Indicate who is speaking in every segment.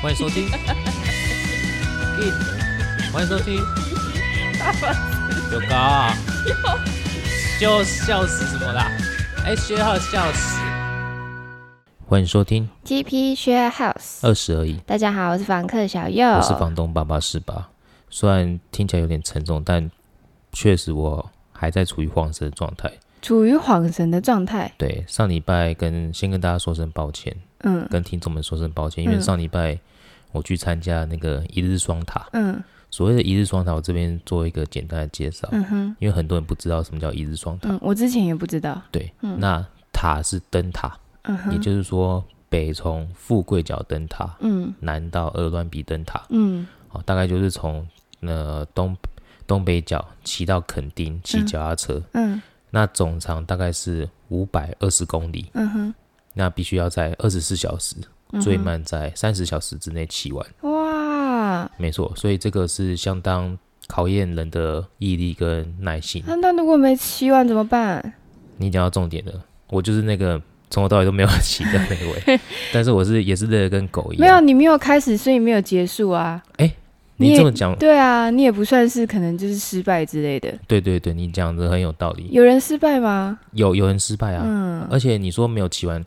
Speaker 1: 欢迎收 听。欢迎收听。有高啊！就笑死什么啦？哎，薛浩笑死。欢迎收听
Speaker 2: GP Share House。
Speaker 1: 二十而已，
Speaker 2: 大家好，我是房客小右，
Speaker 1: 呃我是房东爸爸是吧？虽然听起来有点沉重，但确实我还在处于晃神的状态。
Speaker 2: 处于恍神的状态。
Speaker 1: 对，上礼拜跟先跟大家说声抱歉，
Speaker 2: 嗯
Speaker 1: 跟听众们说声抱歉，因为
Speaker 2: 嗯
Speaker 1: 上礼拜我去参加那个一日双塔，
Speaker 2: 嗯
Speaker 1: 所谓的一日双塔，我这边做一个简单的介绍，
Speaker 2: 嗯哼
Speaker 1: 因为很多人不知道什么叫一日双塔。
Speaker 2: 嗯，我之前也不知道。
Speaker 1: 对，那塔是灯塔，
Speaker 2: 嗯
Speaker 1: 也
Speaker 2: 哼
Speaker 1: 就是说北从富贵角灯塔，
Speaker 2: 嗯
Speaker 1: 南到鹅銮鼻灯塔，
Speaker 2: 嗯
Speaker 1: 好、大概就是从呃东东北角骑到垦丁，骑脚踏车，
Speaker 2: 嗯
Speaker 1: 那总长大概是五百二十公里，
Speaker 2: 嗯哼
Speaker 1: 那必须要在二十四小时，
Speaker 2: 嗯哼，
Speaker 1: 最慢在三十小时之内骑完。
Speaker 2: 哇！
Speaker 1: 没错，所以这个是相当考验人的毅力跟耐心。
Speaker 2: 那那如果没骑完怎么办？
Speaker 1: 你讲到重点了，我就是那个从头到尾都没有 骑的那 位，但是我是也是累得跟狗一
Speaker 2: 没有，啊
Speaker 1: 样。
Speaker 2: 你没有开始，所以没有结束啊。你
Speaker 1: 你
Speaker 2: 也
Speaker 1: 这么讲，
Speaker 2: 对啊，你也不算是可能就是失败之类的。
Speaker 1: 对对对，你讲的很有道理。
Speaker 2: 有人失败吗？
Speaker 1: 有有人失败啊，
Speaker 2: 嗯
Speaker 1: 而且你说没有骑完，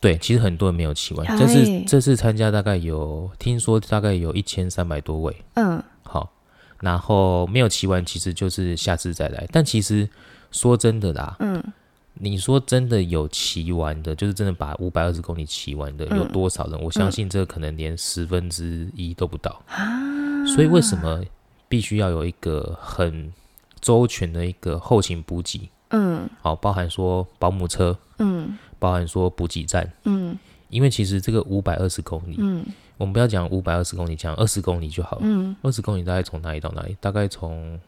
Speaker 1: 对，其实很多人没有骑完。
Speaker 2: 哎
Speaker 1: 这次这次参加大概有听说大概有一千三百多位，
Speaker 2: 嗯
Speaker 1: 好，然后没有骑完，其实就是下次再来。但其实说真的啦，
Speaker 2: 嗯
Speaker 1: 你说真的有骑完的，就是真的把五百二十公里骑完的，
Speaker 2: 嗯啊
Speaker 1: 有多少人？我相信这可能连十分之一都不到。所以为什么必须要有一个很周全的一个后勤补给？
Speaker 2: 嗯
Speaker 1: 好，包含说保姆车，
Speaker 2: 嗯
Speaker 1: 包含说补给站，
Speaker 2: 嗯
Speaker 1: 因为其实这个五百二十公里，
Speaker 2: 嗯
Speaker 1: 我们不要讲五百二十公里，讲二十公里就好了。
Speaker 2: 嗯
Speaker 1: 二十公里大概从哪里到哪里？大概从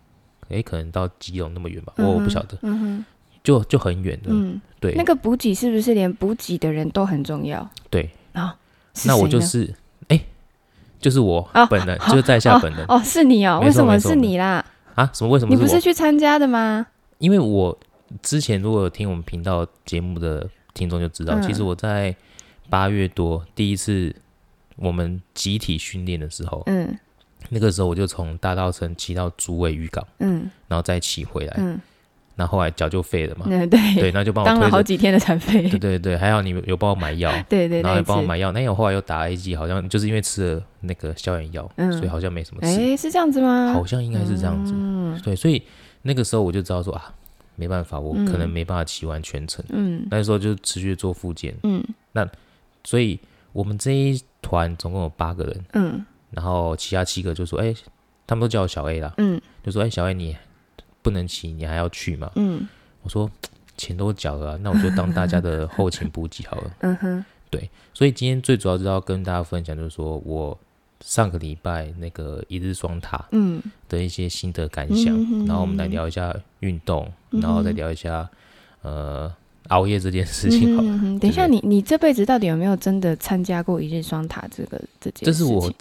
Speaker 1: 诶，可能到基隆那么远吧，
Speaker 2: 嗯
Speaker 1: 我
Speaker 2: 哼
Speaker 1: 我不晓得，
Speaker 2: 嗯哼
Speaker 1: 就就很远的。
Speaker 2: 嗯。
Speaker 1: 对，
Speaker 2: 那个补给是不是连补给的人都很重要？
Speaker 1: 对
Speaker 2: 啊、是
Speaker 1: 那我
Speaker 2: 谁
Speaker 1: 就
Speaker 2: 呢
Speaker 1: 是哎、就是我
Speaker 2: 哦
Speaker 1: 本人，
Speaker 2: 好
Speaker 1: 就是在下本人
Speaker 2: 哦，是你哦，
Speaker 1: 没错
Speaker 2: 为什么
Speaker 1: 没错
Speaker 2: 是你啦？
Speaker 1: 啊？什么？为什么
Speaker 2: 你不
Speaker 1: 我？
Speaker 2: 是去参加的吗？
Speaker 1: 因为我之前如果有听我们频道节目的听众就知道，
Speaker 2: 嗯
Speaker 1: 其实我在八月多第一次我们集体训练的时候，
Speaker 2: 嗯
Speaker 1: 那个时候我就从大稻城骑到竹围渔港，
Speaker 2: 嗯
Speaker 1: 然后再骑回来，
Speaker 2: 嗯，
Speaker 1: 然后后来脚就废了嘛，
Speaker 2: 嗯对，
Speaker 1: 对，那就哎帮
Speaker 2: 当
Speaker 1: 我
Speaker 2: 了好
Speaker 1: 推着，
Speaker 2: 几天的残废，
Speaker 1: 对对对，还好你有帮我买药。
Speaker 2: 对对，
Speaker 1: 然
Speaker 2: 那
Speaker 1: 后
Speaker 2: 一
Speaker 1: 也
Speaker 2: 次
Speaker 1: 帮我买药，那我后来又打了一剂，好像就是因为吃了那个消炎药，
Speaker 2: 嗯
Speaker 1: 所以好像没什么事。
Speaker 2: 哎，是这样子吗？
Speaker 1: 好像应该是这样子。
Speaker 2: 嗯
Speaker 1: 对，所以那个时候我就知道说啊，没办法，我可能
Speaker 2: 嗯
Speaker 1: 没办法骑完全程。
Speaker 2: 嗯
Speaker 1: 那时候就持续做复健，
Speaker 2: 嗯
Speaker 1: 所以我们这一团总共有八个人，
Speaker 2: 嗯
Speaker 1: 然后其他七个就说，哎、他们都叫我小 A 啦，
Speaker 2: 嗯
Speaker 1: 就说，哎、小 A 你不能骑，你还要去嘛？
Speaker 2: 嗯
Speaker 1: 我说钱都缴了啊、那我就当大家的后勤补给好了。
Speaker 2: 嗯哼
Speaker 1: 所以今天最主要就是要跟大家分享，就是说我。上个礼拜那个一日双塔，
Speaker 2: 嗯
Speaker 1: 的一些心得感想，
Speaker 2: 嗯哼
Speaker 1: 然后我们来聊一下运动，
Speaker 2: 嗯哼
Speaker 1: 然后再聊一下呃熬夜这件事情好了。
Speaker 2: 嗯哼，等一下，
Speaker 1: 对
Speaker 2: 你你这辈子到底有没有真的参加过一日双塔这个这件
Speaker 1: 这
Speaker 2: 事情？
Speaker 1: 是我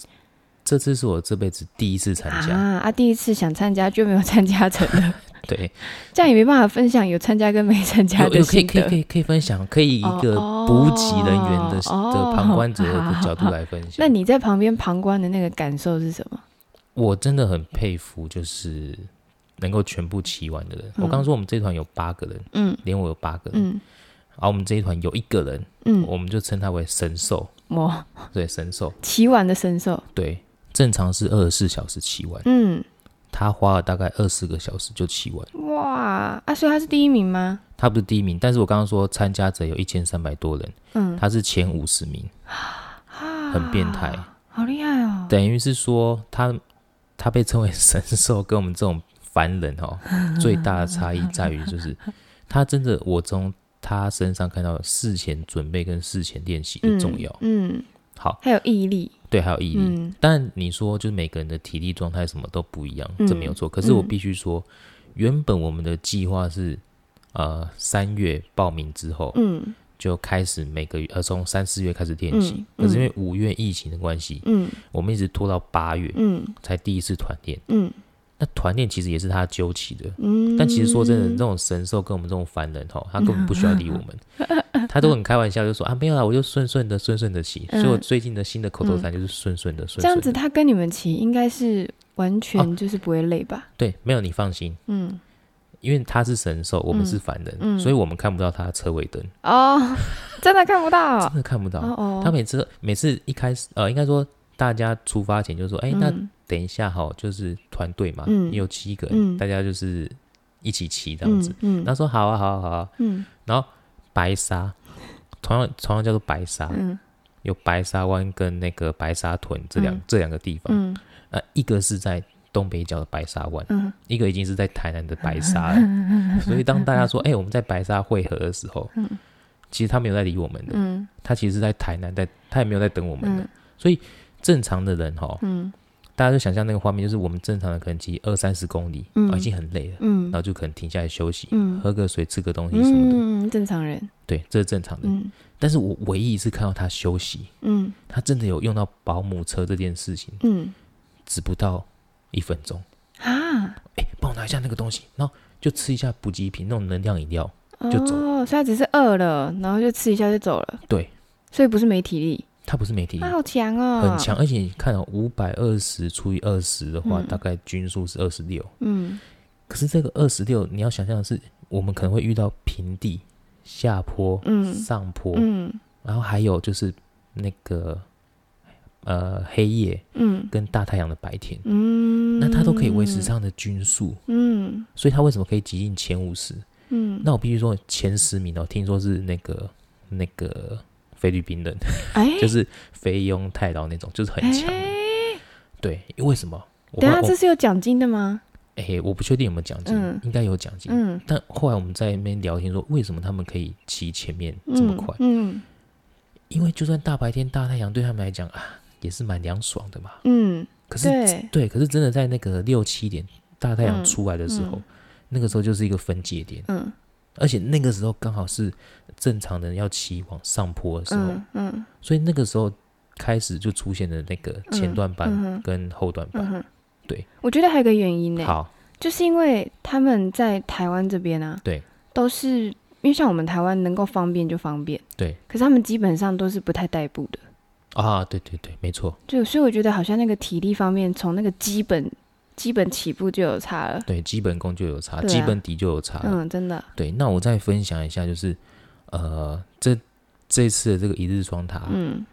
Speaker 1: 这次是我这辈子第一次参加，
Speaker 2: 啊啊，第一次想参加就没有参加成了。
Speaker 1: 对，
Speaker 2: 这样也没办法分享有参加跟没参加
Speaker 1: 有
Speaker 2: 的
Speaker 1: 有可以
Speaker 2: 心
Speaker 1: 可以可
Speaker 2: 得。
Speaker 1: 以可以分享，可以以一个
Speaker 2: 哦
Speaker 1: 补给人员的、
Speaker 2: 哦
Speaker 1: 的旁观者
Speaker 2: 好
Speaker 1: 的
Speaker 2: 好
Speaker 1: 角度
Speaker 2: 好
Speaker 1: 来分享。
Speaker 2: 那你在旁边旁观的那个感受是什么？
Speaker 1: 我真的很佩服，就是能够全部骑完的人。我刚刚说我们这一团有八个人，
Speaker 2: 嗯
Speaker 1: 连我有八个人，
Speaker 2: 嗯
Speaker 1: 而、我们这一团有一个人，
Speaker 2: 嗯，
Speaker 1: 我们就称他为神兽，
Speaker 2: 我
Speaker 1: 对神兽，
Speaker 2: 骑完的神兽，
Speaker 1: 对，正常是二十四小时骑完。
Speaker 2: 嗯
Speaker 1: 他花了大概二十个小时就骑完。
Speaker 2: 哇啊，所以他是第一名吗？
Speaker 1: 他不是第一名，但是我刚刚说参加者有一千三百多人，
Speaker 2: 嗯，
Speaker 1: 他是前五十 名，
Speaker 2: 啊
Speaker 1: 很变态。
Speaker 2: 好厉害哦。
Speaker 1: 等于是说他他被称为神兽，跟我们这种凡人 哦，最大的差异在于就是他真的，我从他身上看到事前准备跟事前练习的
Speaker 2: 嗯
Speaker 1: 重要。
Speaker 2: 嗯，
Speaker 1: 好，
Speaker 2: 还有毅力，
Speaker 1: 对，还有毅力。
Speaker 2: 嗯
Speaker 1: 但你说就是每个人的体力状态什么都不一样，这没有
Speaker 2: 嗯
Speaker 1: 错。可是我
Speaker 2: 嗯
Speaker 1: 必须说，原本我们的计划是，呃，三月报名之后
Speaker 2: 嗯
Speaker 1: 就开始每个月，呃，从三四月开始练习。
Speaker 2: 嗯
Speaker 1: 可是因
Speaker 2: 嗯
Speaker 1: 为五月疫情的关系，
Speaker 2: 嗯
Speaker 1: 我们一直拖到八月
Speaker 2: 嗯
Speaker 1: 才第一次团练。
Speaker 2: 嗯
Speaker 1: 那团练其实也是他揪起的。
Speaker 2: 嗯。
Speaker 1: 但其实说真的，这种神兽跟我们这种凡人哈，他根本不需要理我们，他都很开玩笑，就说啊没有啦，我就顺顺的顺顺的骑，所以我
Speaker 2: 嗯
Speaker 1: 最近的新的口头
Speaker 2: 嗯
Speaker 1: 禅就是顺顺的顺
Speaker 2: 这样
Speaker 1: 顺
Speaker 2: 子
Speaker 1: 的。
Speaker 2: 他跟你们骑应该是完
Speaker 1: 啊
Speaker 2: 全就是不会累吧？
Speaker 1: 对，没有你放心，
Speaker 2: 嗯，
Speaker 1: 因为他是神兽，我们是
Speaker 2: 嗯
Speaker 1: 凡人，
Speaker 2: 嗯
Speaker 1: 所以我们看不到他的车尾灯，
Speaker 2: 哦，真的看不到
Speaker 1: 真
Speaker 2: 哦
Speaker 1: 的看不到。
Speaker 2: 哦，
Speaker 1: 他每次每次一开始，呃，应该说大家出发前就说，哎、那
Speaker 2: 嗯
Speaker 1: 等一下哈，就是团队嘛，
Speaker 2: 嗯
Speaker 1: 有七个人，
Speaker 2: 嗯
Speaker 1: 大家就是一起骑这样子。，
Speaker 2: 嗯
Speaker 1: 他说好啊，好啊，好啊，
Speaker 2: 嗯
Speaker 1: 白沙，同样同样叫做白沙，
Speaker 2: 嗯
Speaker 1: 有白沙湾跟那个白沙屯这两、
Speaker 2: 嗯
Speaker 1: 这两个地方，
Speaker 2: 嗯
Speaker 1: 那、一个是在东北角的白沙湾，
Speaker 2: 嗯
Speaker 1: 一个已经是在台南的白沙 了。所以当大家说，哎、我们在白沙汇合的时候，
Speaker 2: 嗯
Speaker 1: 其实他没有在理我们的，
Speaker 2: 嗯
Speaker 1: 他其实是在台南，在他也没有在等我们的。
Speaker 2: 嗯
Speaker 1: 正常的人哈，
Speaker 2: 嗯
Speaker 1: 大家就想象那个画面，就是我们正常的可能骑二三十公里，
Speaker 2: 嗯
Speaker 1: 啊，已经很累了，
Speaker 2: 嗯
Speaker 1: 然后就可能停下来休息，
Speaker 2: 嗯
Speaker 1: 喝个水，吃个东西什么的。
Speaker 2: 嗯，正常人，
Speaker 1: 对，这是正常的。
Speaker 2: 嗯
Speaker 1: 但是我唯一一次看到他休息，
Speaker 2: 嗯
Speaker 1: 他真的有用到保姆车这件事情，
Speaker 2: 嗯
Speaker 1: 只不到一分钟。
Speaker 2: 啊，
Speaker 1: 哎，帮我拿一下那个东西，然后就吃一下补给品，那种能量饮料。
Speaker 2: 哦，所以他只是饿了，然后就吃一下就走了，
Speaker 1: 对，
Speaker 2: 所以不是没体力，
Speaker 1: 他不是没体力
Speaker 2: 他，好强哦，
Speaker 1: 很强，，而且你看哦，五百二十除以二十的话，
Speaker 2: 嗯
Speaker 1: 大概均数是二十六。
Speaker 2: 嗯
Speaker 1: 可是这个二十六，你要想象的是，我们可能会遇到平地、下坡、
Speaker 2: 嗯
Speaker 1: 上坡，
Speaker 2: 嗯
Speaker 1: 然后还有就是那个呃黑夜
Speaker 2: 嗯
Speaker 1: 跟大太阳的白天，
Speaker 2: 嗯，
Speaker 1: 那它都可以维持这样的均数，
Speaker 2: 嗯
Speaker 1: 所以它为什么可以挤进前五十？
Speaker 2: 嗯，
Speaker 1: 那我必须说前十名哦，听说是那个那个菲律宾人，
Speaker 2: 哎，
Speaker 1: 就是菲佣太郎那种，就是很强的。
Speaker 2: 哎
Speaker 1: 对，因为什么？我
Speaker 2: 等一
Speaker 1: 后
Speaker 2: 下
Speaker 1: 来我
Speaker 2: 这是有奖金的吗？
Speaker 1: 哎、我不确定有没有奖金，
Speaker 2: 嗯
Speaker 1: 应该有奖金。
Speaker 2: 嗯，
Speaker 1: 但后来我们在那边聊天说，为什么他们可以骑前面这么快？
Speaker 2: 嗯
Speaker 1: 因为就算大白天大太阳对他们来讲啊，也是蛮凉爽的嘛。
Speaker 2: 嗯，
Speaker 1: 可是
Speaker 2: 对，
Speaker 1: 对可是真的在那个六七点大太阳
Speaker 2: 嗯
Speaker 1: 出来的时候，
Speaker 2: 嗯
Speaker 1: 那个时候就是一个分界点，
Speaker 2: 嗯
Speaker 1: 而且那个时候刚好是正常人要骑往上坡的时候，
Speaker 2: 嗯嗯
Speaker 1: 所以那个时候开始就出现了那个前段
Speaker 2: 嗯
Speaker 1: 班
Speaker 2: 哼
Speaker 1: 跟后段班。
Speaker 2: 嗯哼，
Speaker 1: 对，
Speaker 2: 我觉得还有一个原因呢，
Speaker 1: 好，
Speaker 2: 就是因为他们在台湾这边啊，
Speaker 1: 对，
Speaker 2: 都是因为像我们台湾能够方便就方便，
Speaker 1: 对，
Speaker 2: 可是他们基本上都是不太代步的，
Speaker 1: 啊，对对对，没错，
Speaker 2: 就所以我觉得好像那个体力方面，从那个基本基本起步就有差了，
Speaker 1: 对，基本功就有差，
Speaker 2: 对啊
Speaker 1: 基本底就有差了。
Speaker 2: 嗯，真的，
Speaker 1: 对，那我再分享一下，就是呃，这这次的这个一日双塔，
Speaker 2: 嗯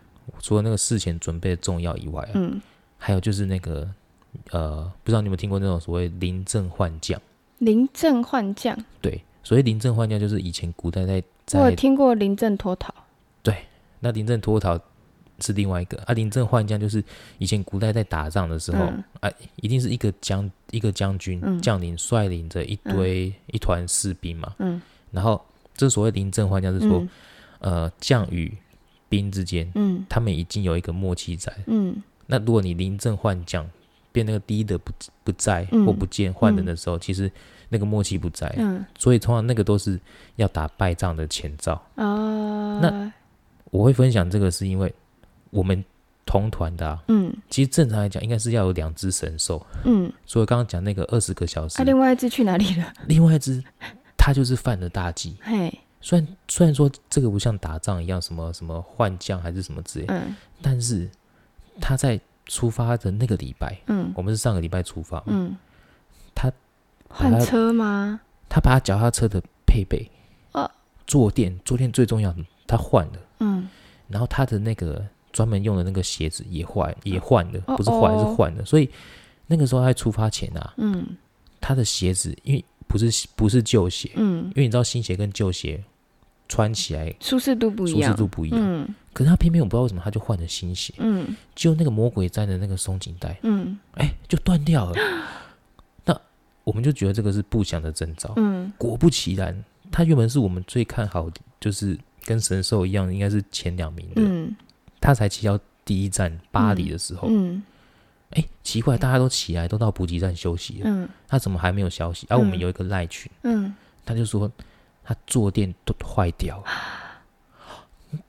Speaker 1: 除了那个事前准备的重要以外、啊，
Speaker 2: 嗯，
Speaker 1: 还有就是那个呃，不知道你有没有听过那种所谓临阵换将？
Speaker 2: 临阵换将，
Speaker 1: 对，所谓临阵换将，就是以前古代在
Speaker 2: 我有
Speaker 1: 在
Speaker 2: 听过临阵脱逃，
Speaker 1: 那临阵脱逃是另外一个啊，临阵换将就是以前古代在打仗的时候、
Speaker 2: 嗯
Speaker 1: 啊，一定是一个将一个将军、
Speaker 2: 嗯
Speaker 1: 将领率领着一
Speaker 2: 嗯
Speaker 1: 堆、一团士兵嘛，
Speaker 2: 嗯
Speaker 1: 然后这所谓临阵换将是说、
Speaker 2: 嗯
Speaker 1: 呃将与兵之间。
Speaker 2: 嗯
Speaker 1: 他们已经有一个默契在。
Speaker 2: 嗯
Speaker 1: 那如果你临阵换将，变那个第一的不不在
Speaker 2: 嗯
Speaker 1: 或不见换人的时候，其实那个默契不在，
Speaker 2: 嗯
Speaker 1: 所以通常那个都是要打败仗的前兆。
Speaker 2: 啊，
Speaker 1: 那我会分享这个是因为我们同团的、啊，
Speaker 2: 嗯
Speaker 1: 其实正常来讲应该是要有两只神兽，
Speaker 2: 嗯，
Speaker 1: 所以刚刚讲那个二十个小时，
Speaker 2: 那、啊另外一只去哪里了？
Speaker 1: 另外一只它就是犯了大忌。
Speaker 2: 嘿，
Speaker 1: 虽然虽然说这个不像打仗一样什么什么换将还是什么之类，
Speaker 2: 嗯
Speaker 1: 但是他在出发的那个礼拜，
Speaker 2: 嗯
Speaker 1: 我们是上个礼拜出发，嘛，
Speaker 2: 嗯，
Speaker 1: 他
Speaker 2: 换
Speaker 1: 把它
Speaker 2: 车吗？
Speaker 1: 他把他脚踏车的配备，
Speaker 2: 哦
Speaker 1: 坐垫坐垫最重要的，他换了，
Speaker 2: 嗯
Speaker 1: 然后他的那个专门用的那个鞋子也坏也换了，
Speaker 2: 哦
Speaker 1: 不是坏
Speaker 2: 哦
Speaker 1: 是换了，所以那个时候他在出发前啊，
Speaker 2: 嗯
Speaker 1: 他的鞋子因为不是不是旧鞋，
Speaker 2: 嗯
Speaker 1: 因，为你知道新鞋跟旧鞋穿起来
Speaker 2: 舒适度不一
Speaker 1: 舒适
Speaker 2: 样，
Speaker 1: 度不一样，
Speaker 2: 嗯
Speaker 1: 可是他偏偏我不知道为什么他就换了新鞋，
Speaker 2: 嗯
Speaker 1: 就那个魔鬼毡的那个松紧带。
Speaker 2: 嗯
Speaker 1: 哎、就断掉了。 那我们就觉得这个是不祥的征兆。
Speaker 2: 嗯
Speaker 1: 果不其然，他原本是我们最看好的，就是跟神兽一样，应该是前两名的。
Speaker 2: 嗯
Speaker 1: 他才骑到第一站巴黎的时候，哎、
Speaker 2: 嗯
Speaker 1: 奇怪，大家都起来，都到补给站休息了，
Speaker 2: 嗯
Speaker 1: 他怎么还没有消息？而、啊、我们
Speaker 2: 嗯
Speaker 1: 有一个赖群，
Speaker 2: 嗯，
Speaker 1: 他就说他坐垫都坏掉了。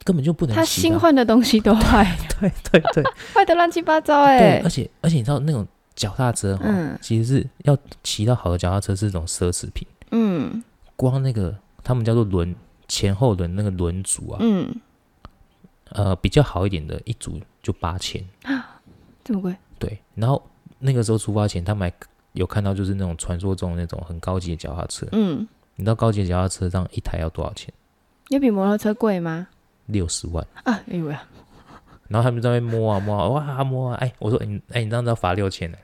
Speaker 1: 根本就不能
Speaker 2: 嗯他
Speaker 1: 骑
Speaker 2: 新
Speaker 1: 到
Speaker 2: 换的东西都坏了，
Speaker 1: 对对对
Speaker 2: 坏的乱七八糟
Speaker 1: 对，
Speaker 2: 哎
Speaker 1: 而。且而且你知道那种脚踏车哈，哦
Speaker 2: 嗯
Speaker 1: 其实是要骑到好的脚踏车是一种奢侈品，
Speaker 2: 嗯
Speaker 1: 光那个他们叫做轮前后轮那个轮组啊，
Speaker 2: 嗯，
Speaker 1: 呃，比较好一点的一组就八千，
Speaker 2: 这么贵，
Speaker 1: 对。然后那个时候出发前，他们还有看到就是那种传说中的那种很高级的脚踏车，
Speaker 2: 嗯，
Speaker 1: 你知道高级的脚踏车上一台要多少钱？
Speaker 2: 有比摩托车贵吗？
Speaker 1: 六十万。
Speaker 2: 啊，哎呦喂，
Speaker 1: 然后他们在那边摸啊摸啊，哇摸啊，哎，我说你哎，你这样子要罚六千呢，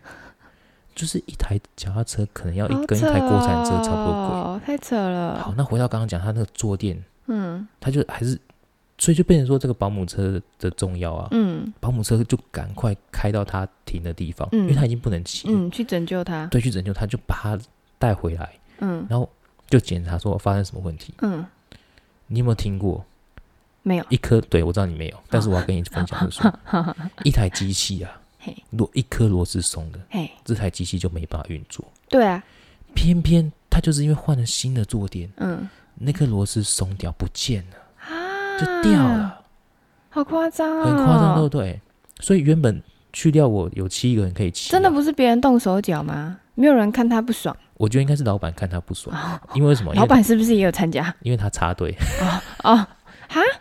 Speaker 1: 就是一台脚踏车可能要呃一
Speaker 2: 好
Speaker 1: 跟一
Speaker 2: 扯
Speaker 1: 台国产车差不多贵。
Speaker 2: 哦，太扯
Speaker 1: 好
Speaker 2: 了，，
Speaker 1: 那回到刚刚讲他那个坐垫，
Speaker 2: 嗯
Speaker 1: 他就还是，所以就变成说这个保姆车的重要啊，
Speaker 2: 嗯
Speaker 1: 保姆车就赶快开到他停的地方，
Speaker 2: 嗯
Speaker 1: 因为他已经不能骑，
Speaker 2: 嗯，去拯救他，
Speaker 1: 对，去拯救他，就把他带回来，
Speaker 2: 嗯
Speaker 1: 然后就检查说发生什么问题。
Speaker 2: 嗯，
Speaker 1: 你有没有听过
Speaker 2: 没有，
Speaker 1: 一颗？对我知道你没有，但是我要跟你分享就是 说，一台机器啊
Speaker 2: 嘿，
Speaker 1: 螺一颗螺丝松的，
Speaker 2: 嘿，
Speaker 1: 这台机器就没办法运作。
Speaker 2: 对啊，
Speaker 1: 偏偏它就是因为换了新的坐垫，
Speaker 2: 嗯
Speaker 1: 那颗螺丝松掉不见了，
Speaker 2: 啊，
Speaker 1: 就掉了。，
Speaker 2: 好夸张啊，
Speaker 1: 很夸张，对不哦对？所以原本去掉我有七个人可以骑啊、
Speaker 2: 真的不是别人动手脚吗？没有人看他不爽，
Speaker 1: 我觉得应该是老板看他不爽，因为为什哦么？因
Speaker 2: 哦老
Speaker 1: 为
Speaker 2: 板是不是也有参加？
Speaker 1: 因为他插队，
Speaker 2: 哦，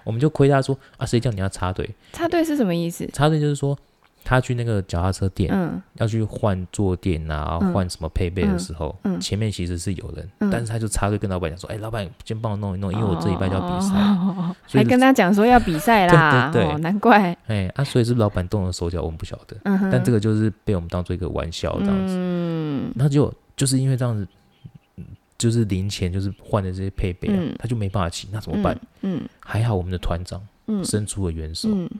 Speaker 1: 我们就亏他说啊，谁叫你要插队？
Speaker 2: 插队是什么意思？
Speaker 1: 插队就是说他去那个脚踏车店、
Speaker 2: 嗯
Speaker 1: 要去换坐垫啊，
Speaker 2: 嗯
Speaker 1: 换什么配备的时候，
Speaker 2: 嗯嗯
Speaker 1: 前面其实是有人，
Speaker 2: 嗯
Speaker 1: 但是他就插队跟老板讲说，哎，老板先帮我弄一弄，因为我这礼拜就要比赛，
Speaker 2: 哦
Speaker 1: 所以，
Speaker 2: 还跟他讲说要比赛啦
Speaker 1: 对对对
Speaker 2: 哦，难怪，
Speaker 1: 哎啊，所以是老板动了手脚，我们不晓得，
Speaker 2: 嗯哼，
Speaker 1: 但这个就是被我们当做一个玩笑这样子。
Speaker 2: 嗯
Speaker 1: 然后就就是因为这样子，嗯就是零钱就是换的这些配备、啊，
Speaker 2: 嗯
Speaker 1: 他就没办法骑，那怎么办？？
Speaker 2: 嗯
Speaker 1: 还好我们的团长
Speaker 2: 嗯
Speaker 1: 伸出了援手，
Speaker 2: 嗯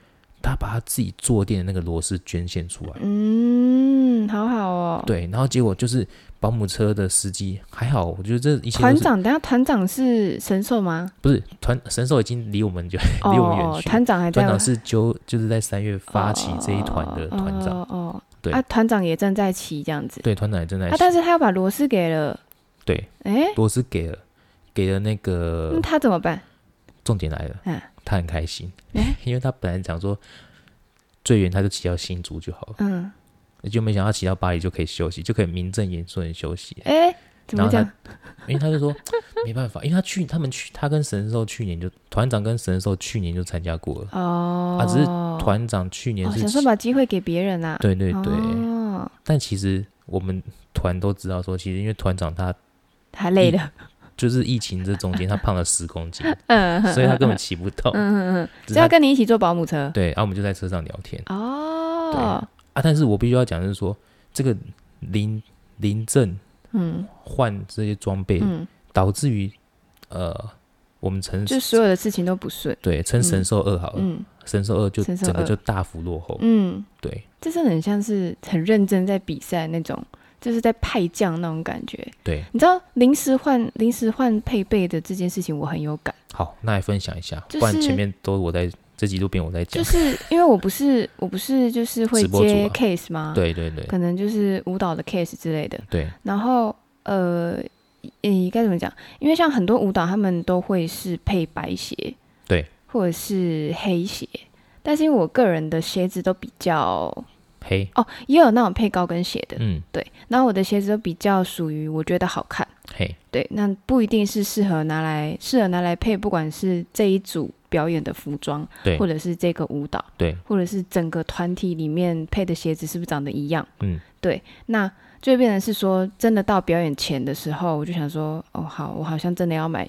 Speaker 1: 他把他自己坐垫的那个螺丝捐献出来。
Speaker 2: 嗯，好好哦。
Speaker 1: 对，然后结果就是保姆车的司机还好，我觉得这一切
Speaker 2: 团
Speaker 1: 都是
Speaker 2: 长，等下团长是神兽吗？
Speaker 1: 不是团神兽已经离我们就
Speaker 2: 哦
Speaker 1: 离我们远
Speaker 2: 哦，
Speaker 1: 去。
Speaker 2: 团长还在
Speaker 1: 团
Speaker 2: 吗
Speaker 1: 长是就就是在三月发起这一团的团长，
Speaker 2: 哦哦哦，
Speaker 1: 对
Speaker 2: 啊，团长也正在骑这样子。
Speaker 1: 对，团长也正在
Speaker 2: 啊，
Speaker 1: 骑、
Speaker 2: 但是他要把螺丝给了，
Speaker 1: 对
Speaker 2: 哎，
Speaker 1: 螺丝给了给了那个
Speaker 2: 那他怎么办？
Speaker 1: 重点来了，
Speaker 2: 嗯
Speaker 1: 他很开心，
Speaker 2: 哎
Speaker 1: 因为他本来想说最远他就骑到新竹就好了，
Speaker 2: 嗯，
Speaker 1: 就没想到骑到巴黎就可以休息，就可以名正言顺的休息。
Speaker 2: 哎，怎么
Speaker 1: 然
Speaker 2: 讲
Speaker 1: 后？因为他就 说没办法，因为他去他们去他跟神兽去年就团长跟神兽去年就参加过了，
Speaker 2: 哦，
Speaker 1: 啊只是团长去年
Speaker 2: 哦，
Speaker 1: 是
Speaker 2: 想说
Speaker 1: 骑、
Speaker 2: 把机会给别人啦。
Speaker 1: 对对对，
Speaker 2: 哦，
Speaker 1: 但其实我们团都知道说，其实因为团长他
Speaker 2: 太累了，
Speaker 1: 就是疫情这中间他胖了十公斤，
Speaker 2: 嗯，
Speaker 1: 所以他根本骑不动，
Speaker 2: 嗯嗯嗯，
Speaker 1: 只
Speaker 2: 只
Speaker 1: 是
Speaker 2: 要
Speaker 1: 他
Speaker 2: 跟你一起坐保姆车。
Speaker 1: 对，然、后我们就在车上聊天。
Speaker 2: 哦，
Speaker 1: 啊，但是我必须要讲，就是说这个临临阵
Speaker 2: 嗯
Speaker 1: 换这些装备，
Speaker 2: 嗯，
Speaker 1: 导致于呃，我们成
Speaker 2: 就所有的事情都不顺。
Speaker 1: 对称
Speaker 2: 嗯
Speaker 1: 神兽二好了，
Speaker 2: 嗯
Speaker 1: 神兽二就
Speaker 2: 神兽
Speaker 1: 整个
Speaker 2: 二
Speaker 1: 就大幅落后。
Speaker 2: 嗯，
Speaker 1: 对
Speaker 2: 这真的很像是很认真在比赛那种，就是在派将那种感觉。
Speaker 1: 对，
Speaker 2: 你知道临时换临时换配备的这件事情，我很有感，
Speaker 1: 好，那来分享一下，
Speaker 2: 就是
Speaker 1: 不然前面都我在这集都变我在讲
Speaker 2: 就。是因为我不是我不是就是会
Speaker 1: 直播主
Speaker 2: 接
Speaker 1: 啊
Speaker 2: case 吗？，
Speaker 1: 对对对
Speaker 2: 可能就是舞蹈的 case 之类的。
Speaker 1: 对，
Speaker 2: 然后呃，诶，该怎么讲？因为像很多舞蹈，他们都会是配白鞋，
Speaker 1: 对，
Speaker 2: 或者是黑鞋。但是因为我个人的鞋子都比较，
Speaker 1: 黑，
Speaker 2: 哦，也有那种配高跟鞋的，
Speaker 1: 嗯，
Speaker 2: 对。然后我的鞋子都比较属于我觉得好看，
Speaker 1: 黑，
Speaker 2: 对，那不一定是适合拿来适合拿来配，不管是这一组表演的服装，
Speaker 1: 对
Speaker 2: 或者是这个舞蹈，
Speaker 1: 对，
Speaker 2: 或者是整个团体里面配的鞋子是不是长得一样？
Speaker 1: 嗯，
Speaker 2: 对，那就会变成是说，真的到表演前的时候，我就想说，哦，好，我好像真的要买，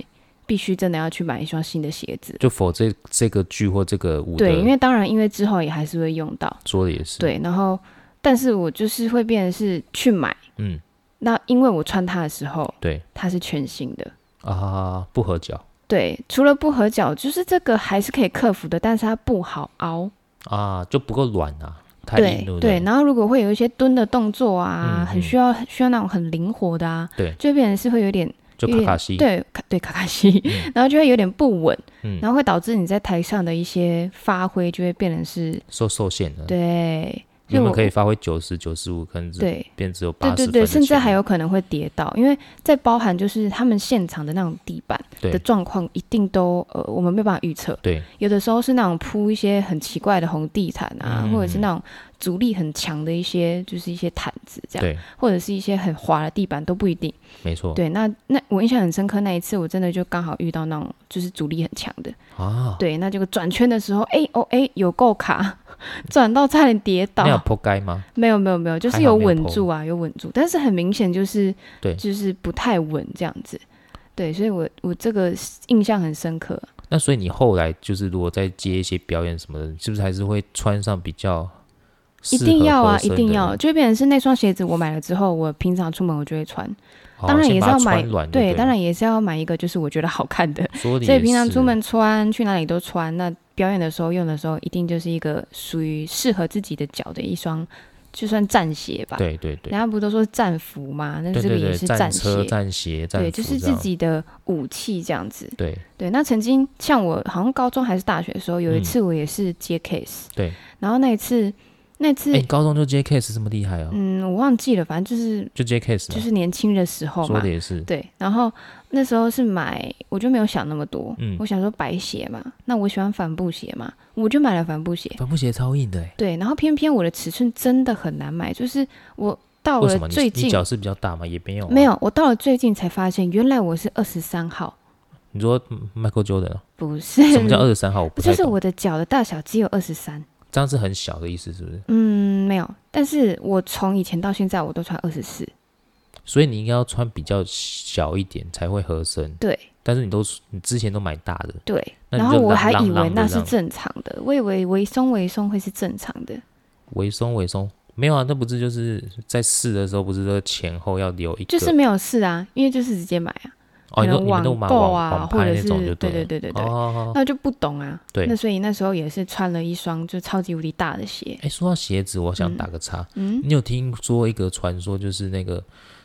Speaker 2: 必须真的要去买一双新的鞋子。
Speaker 1: 就否这这个剧或这个舞
Speaker 2: 对，因
Speaker 1: 的
Speaker 2: 为当然，因为之后也还是会用到，
Speaker 1: 说的也是，，
Speaker 2: 对，然后，但是我就是会变成是去买，
Speaker 1: 嗯，
Speaker 2: 那因为我穿它的时候，
Speaker 1: 对
Speaker 2: 它是全新的。
Speaker 1: 啊，不合脚
Speaker 2: 对，除了不合脚，就是这个还是可以克服的，但是它不好凹。
Speaker 1: 啊，就不够软啊，太
Speaker 2: 对
Speaker 1: 硬了，
Speaker 2: 对，然后如果会有一些蹲的动作啊，
Speaker 1: 嗯
Speaker 2: 很
Speaker 1: 嗯
Speaker 2: 需要需要那种很灵活的啊，
Speaker 1: 对
Speaker 2: 就会变成是会有点
Speaker 1: 就
Speaker 2: 有
Speaker 1: 卡
Speaker 2: 点
Speaker 1: 卡西，
Speaker 2: 对卡对卡卡西，
Speaker 1: 嗯
Speaker 2: 然后就会有点不稳，
Speaker 1: 嗯，
Speaker 2: 然后会导致你在台上的一些发挥就会变成是，
Speaker 1: 受受限了，
Speaker 2: 对，
Speaker 1: 你
Speaker 2: 就
Speaker 1: 们
Speaker 2: 我
Speaker 1: 可以发挥九十、九十五，可能只
Speaker 2: 对。
Speaker 1: 变只有八
Speaker 2: 对
Speaker 1: 十
Speaker 2: 对
Speaker 1: 分
Speaker 2: 对，
Speaker 1: 的
Speaker 2: 甚至
Speaker 1: 潜
Speaker 2: 还
Speaker 1: 力
Speaker 2: 有可能会跌倒，因为在包含就是他们现场的那种地板
Speaker 1: 对
Speaker 2: 的状况，一定都呃我们没有办法预测。
Speaker 1: 对
Speaker 2: 有的时候是那种铺一些很奇怪的红地毯啊，
Speaker 1: 嗯
Speaker 2: 或者是那种阻力很强的一些，就是一些毯子这样，
Speaker 1: 对，哦
Speaker 2: 或者是一些很滑的地板都不一定。
Speaker 1: 没错，
Speaker 2: 对，那那我印象很深刻，那一次我真的就刚好遇到那种就是阻力很强的，
Speaker 1: 啊，
Speaker 2: 对，那这个转圈的时候，哎、哦哎、有够卡， 转到差点跌倒
Speaker 1: 那，有破街吗？
Speaker 2: 没有没有没有，就是
Speaker 1: 还好
Speaker 2: 有
Speaker 1: 没有
Speaker 2: 稳
Speaker 1: 碰
Speaker 2: 住啊，有稳住，但是很明显就是
Speaker 1: 对
Speaker 2: 就是不太稳这样子。对，所以我我这个印象很深刻。
Speaker 1: 那所以你后来就是如果再接一些表演什么的，你是不是还是会穿上比较
Speaker 2: 一
Speaker 1: 适合
Speaker 2: 定要啊
Speaker 1: 合，身
Speaker 2: 一
Speaker 1: 的
Speaker 2: 定要，
Speaker 1: 呢？
Speaker 2: 就变成是那双鞋子，我买了之后，我平常出门我就会穿。
Speaker 1: 哦
Speaker 2: 当然
Speaker 1: 先
Speaker 2: 也
Speaker 1: 把
Speaker 2: 是
Speaker 1: 它
Speaker 2: 要买
Speaker 1: 穿软就
Speaker 2: 对，
Speaker 1: 对，
Speaker 2: 当。然也是要买一个就是我觉得好看的，
Speaker 1: 所以
Speaker 2: 所以平常出门穿，去哪里都穿。那表演的时候用的时候，一定就是一个属于适合自己的脚的一双，就算战鞋吧。
Speaker 1: 对对对
Speaker 2: 人家不都说战服嘛，那
Speaker 1: 对
Speaker 2: 这个
Speaker 1: 对
Speaker 2: 也
Speaker 1: 对，
Speaker 2: 是
Speaker 1: 战
Speaker 2: 鞋。
Speaker 1: 车、战鞋、战
Speaker 2: 对，
Speaker 1: 服
Speaker 2: 就是
Speaker 1: 这
Speaker 2: 自
Speaker 1: 样
Speaker 2: 己的武器这样子。
Speaker 1: 对
Speaker 2: 对，那曾经像我好像高中还是大学的时候，有一
Speaker 1: 嗯
Speaker 2: 次我也是接 case，、
Speaker 1: 对。
Speaker 2: 然后那一次那次、
Speaker 1: 哎，你高中就接 case 这么厉害啊？
Speaker 2: 嗯，我忘记了，反正就是
Speaker 1: 就接 case
Speaker 2: 就
Speaker 1: 嘛，
Speaker 2: 是年轻的时候
Speaker 1: 啊说
Speaker 2: 嘛
Speaker 1: 的，也是，
Speaker 2: 对。然后那时候是买，我就没有想那么多，
Speaker 1: 嗯
Speaker 2: 我想说白鞋嘛，那我喜欢帆布鞋嘛，我就买了帆布鞋。
Speaker 1: 帆布鞋超硬的哎。
Speaker 2: 对，然后偏偏我的尺寸真的很难买，就是哦我到
Speaker 1: 为什么
Speaker 2: 了
Speaker 1: 你
Speaker 2: 最
Speaker 1: 你
Speaker 2: 近
Speaker 1: 脚是比较大吗？也没有，啊
Speaker 2: 没。有，我到了最近才发现，原来我是二十三号，
Speaker 1: 你说嗯 Michael Jordan 啊
Speaker 2: 不是。
Speaker 1: 什 么叫二十三号？我不
Speaker 2: 就
Speaker 1: 太
Speaker 2: 是
Speaker 1: 懂。
Speaker 2: 我的脚的大小只有二十三，
Speaker 1: 这样是很小的意思，是不是？
Speaker 2: 嗯，没有。但是我从以前到现在，我都穿二十四，
Speaker 1: 所以你应该要穿比较小一点才会合身。
Speaker 2: 对
Speaker 1: 但是你都你之前都买大的，
Speaker 2: 对。
Speaker 1: 那你
Speaker 2: 然
Speaker 1: 就
Speaker 2: 后我
Speaker 1: 浪
Speaker 2: 还
Speaker 1: 浪
Speaker 2: 以
Speaker 1: 浪
Speaker 2: 为
Speaker 1: 的
Speaker 2: 那
Speaker 1: 这
Speaker 2: 是
Speaker 1: 样
Speaker 2: 正常的，我以为微松微松会是正常的，
Speaker 1: 微松微松，没有啊？那不是就是在试的时候，不是说前后要留一个？
Speaker 2: 就是没有试啊，因为就是直接买啊，
Speaker 1: 哦，
Speaker 2: 可
Speaker 1: 你都
Speaker 2: 能
Speaker 1: 你们
Speaker 2: 网
Speaker 1: 都买
Speaker 2: 购
Speaker 1: 网
Speaker 2: 啊，
Speaker 1: 网
Speaker 2: 或
Speaker 1: 拍
Speaker 2: 者
Speaker 1: 那
Speaker 2: 是
Speaker 1: 种就
Speaker 2: 对
Speaker 1: 了。
Speaker 2: 对对对，
Speaker 1: 哦，
Speaker 2: 那就不懂啊。
Speaker 1: 对
Speaker 2: 那所以那时候也是穿了一双就超级无敌大的鞋，
Speaker 1: 哎，说到鞋子，我想
Speaker 2: 嗯
Speaker 1: 打个岔。
Speaker 2: 嗯，
Speaker 1: 你有听说一个传说，就是那个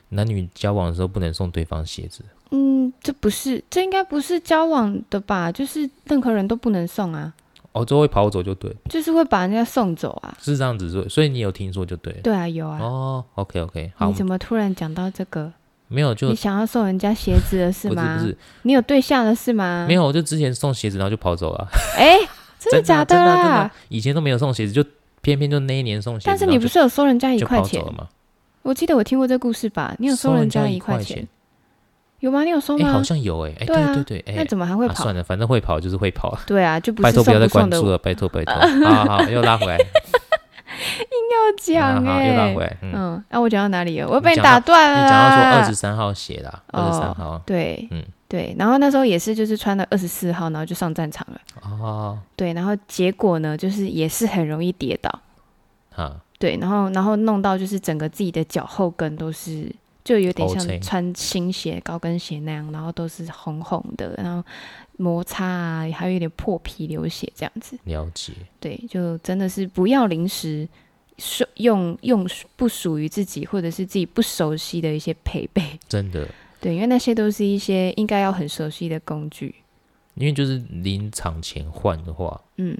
Speaker 1: 男女交往的时候不能送对方鞋子？
Speaker 2: 嗯，这不是，这应该不是交往的吧？就是任何人都不能送啊，
Speaker 1: 哦，就会跑走就对，
Speaker 2: 就是会把人家送走啊。
Speaker 1: 是这样子说。所以你有听说就对了。
Speaker 2: 对啊，有啊。
Speaker 1: 哦，OK OK，好
Speaker 2: 你，怎么突然讲到这个？
Speaker 1: 没有就
Speaker 2: 你想要送人家鞋子的是
Speaker 1: 不是
Speaker 2: 吗？
Speaker 1: 不是
Speaker 2: 你有对象了是吗？
Speaker 1: 没。有，我就之前送鞋子然后就跑走了。
Speaker 2: 哎、 真的假
Speaker 1: 真
Speaker 2: 啦？
Speaker 1: 真的以前都没有送鞋子，就偏偏就那一年送鞋子。
Speaker 2: 但是你不是有收人家
Speaker 1: 然后
Speaker 2: 一
Speaker 1: 就就
Speaker 2: 块
Speaker 1: 跑
Speaker 2: 钱
Speaker 1: 走了？吗？
Speaker 2: 我记得我听过这故事吧？你有
Speaker 1: 收
Speaker 2: 人
Speaker 1: 家
Speaker 2: 家
Speaker 1: 一
Speaker 2: 块
Speaker 1: 钱？？
Speaker 2: 有吗？你有收
Speaker 1: 哎，
Speaker 2: 吗？
Speaker 1: 好像有哎哎，
Speaker 2: 对啊
Speaker 1: 对对对，
Speaker 2: 那
Speaker 1: 哎，
Speaker 2: 怎么还会
Speaker 1: 啊
Speaker 2: 跑？
Speaker 1: 算了，反正会跑就是会跑。
Speaker 2: 对啊，就不
Speaker 1: 拜
Speaker 2: 是
Speaker 1: 托不
Speaker 2: 送
Speaker 1: 要再
Speaker 2: 送
Speaker 1: 关
Speaker 2: 的
Speaker 1: 注
Speaker 2: 我
Speaker 1: 了，拜托拜 托。好好好，又拉回来，嗯
Speaker 2: 讲
Speaker 1: 好好又拉
Speaker 2: 哎、
Speaker 1: 回来。嗯，
Speaker 2: 嗯，那、我讲到哪里了？我被
Speaker 1: 你讲到
Speaker 2: 打断了啊
Speaker 1: 你
Speaker 2: 啦。
Speaker 1: 讲到说哦二十三号鞋啦，二十三
Speaker 2: 哦
Speaker 1: 号
Speaker 2: 对，
Speaker 1: 嗯
Speaker 2: 对，然后那时候也是就是穿了二十四号，然后就上战场了。
Speaker 1: 哦，
Speaker 2: 对，然后结果呢，就是也是很容易跌倒。
Speaker 1: 啊，
Speaker 2: 对，然后然后弄到就是整个自己的脚后跟都是，就有点
Speaker 1: OK
Speaker 2: 像穿新鞋、高跟鞋那样，然后都是红红的，然后摩擦啊，还有点破皮流血这样子。
Speaker 1: 了解。
Speaker 2: 对，就真的是不要临时说用用不属于自己或者是自己不熟悉的一些配备。
Speaker 1: 真的，
Speaker 2: 对，因为那些都是一些应该要很熟悉的工具。
Speaker 1: 因为就是临场前换的话，
Speaker 2: 嗯